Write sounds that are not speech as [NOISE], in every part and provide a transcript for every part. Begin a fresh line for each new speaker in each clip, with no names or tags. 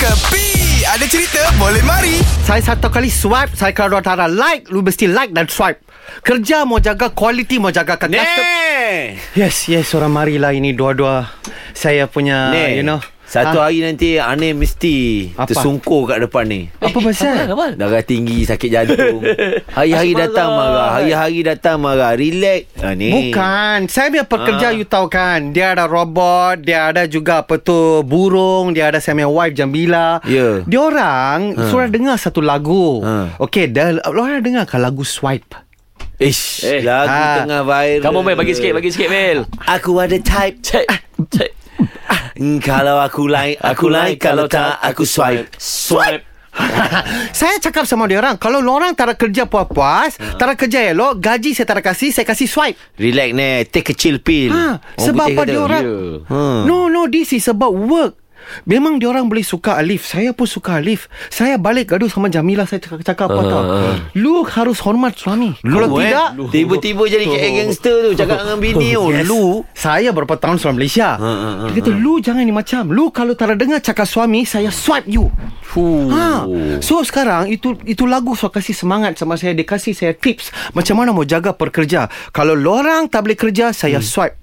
Kepi Ada cerita boleh mari
Saya satu kali swipe Saya kalau antara like Lu mesti like dan swipe Kerja mau jaga quality Mau jaga ke custom
Neh
Yes yes Orang marilah ini dua-dua Saya punya
Neh
You know
Satu
Ah,
hari nanti Aneh mesti
Apa?
Tersungkur kat depan ni
Apa pasal?
Darah tinggi Sakit jantung Hari-hari datang marah Hari-hari datang marah Relax ha, ni.
Bukan Saya punya pekerja
Ah.
You tahu kan Dia ada robot Dia ada juga Apa tu Burung Dia ada saya punya wife Jambila
Ya.
Dia orang
Ah.
Suruh dengar satu lagu
Ah.
Okay dah, Orang dengar kan lagu swipe
Ish
Eh.
Lagu
Ah.
tengah viral
Kamu Mel bagi sikit Bagi sikit Mel
Ha. Aku ada type
Cek Cek
Mm, Kalau aku like Aku like Kalau tak Aku swipe Swipe
[LAUGHS] Saya cakap sama dia orang Kalau orang tak ada kerja puas-puas
Ha.
uh-huh. Tak ada kerja elok Gaji saya tak ada kasih Saya kasih swipe
Relax Neh Take a chill pill
ha,
Orang
Sebab
Hmm. Oh, putih
apa
kata.
dia orang
Ya.
yeah.
Ha.
No no This is about work Memang dia orang boleh suka Alif Saya pun suka Alif Saya balik gaduh sama Jamila Saya cakap, cakap apa
Ha,
tau Lu harus hormat suami
Lu,
Kalau
eh.
tidak
Lu. Tiba-tiba jadi KL gangster tu Cakap dengan bini oh,
Yes.
Lu
Saya berapa tahun Surat Malaysia
ha, ha,
Dia kata Lu jangan ni macam Lu kalau tak ada dengar Cakap suami Saya swipe you ha.
Oh.
So sekarang Itu itu lagu So kasih semangat sama saya Dia kasih saya tips Macam mana mau jaga perkerja Kalau lorang tak boleh kerja Saya
Hmm. [LAUGHS]
swipe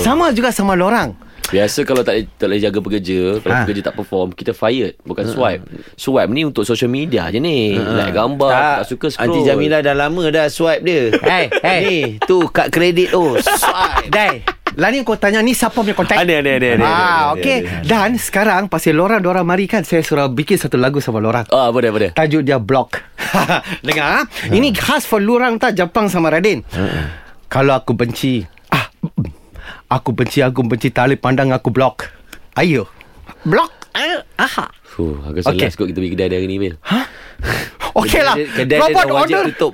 Sama juga sama lorang
Biasa kalau tak, tak boleh jaga pekerja Kalau
Ah.
ha. pekerja tak perform Kita fired Bukan swipe Swipe ni untuk social media je ni Like gambar Ha. tak, suka scroll
Aunty Jamila dah lama dah swipe dia
Hey, hey.
Ni tu kad kredit tu Swipe
Dai
[LAUGHS]
Lah ni kau tanya Ni siapa punya kontak
Ada, ada, ada, ada, ada, ada,
Ah, okay
ada,
Dan sekarang Pasal lorang Diorang mari kan Saya suruh bikin satu lagu sama lorang
Ah, apa dia, apa dia?
Tajuk dia blok [LAUGHS] Dengar ah.
Hmm.
Ini khas for lurang tak Jepang sama Radin Kalau aku benci ah, [CLEARS THROAT] Aku benci Aku benci Tak boleh pandang aku blok Ayo Blok Ayo Aha
Fuh, agak salah
Okay.
okay. kot kita pergi kedai dia hari ni, Mel.
Okey lah
Kedai dia dah
Robot
wajib
order
tutup.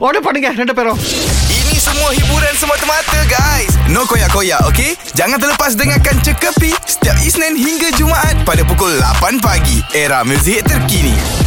Order pandangan Order perong
Ini semua hiburan semata-mata guys No koyak-koyak ok Jangan terlepas dengarkan Cekapi Setiap Isnin hingga Jumaat Pada pukul 8 pagi Era muzik terkini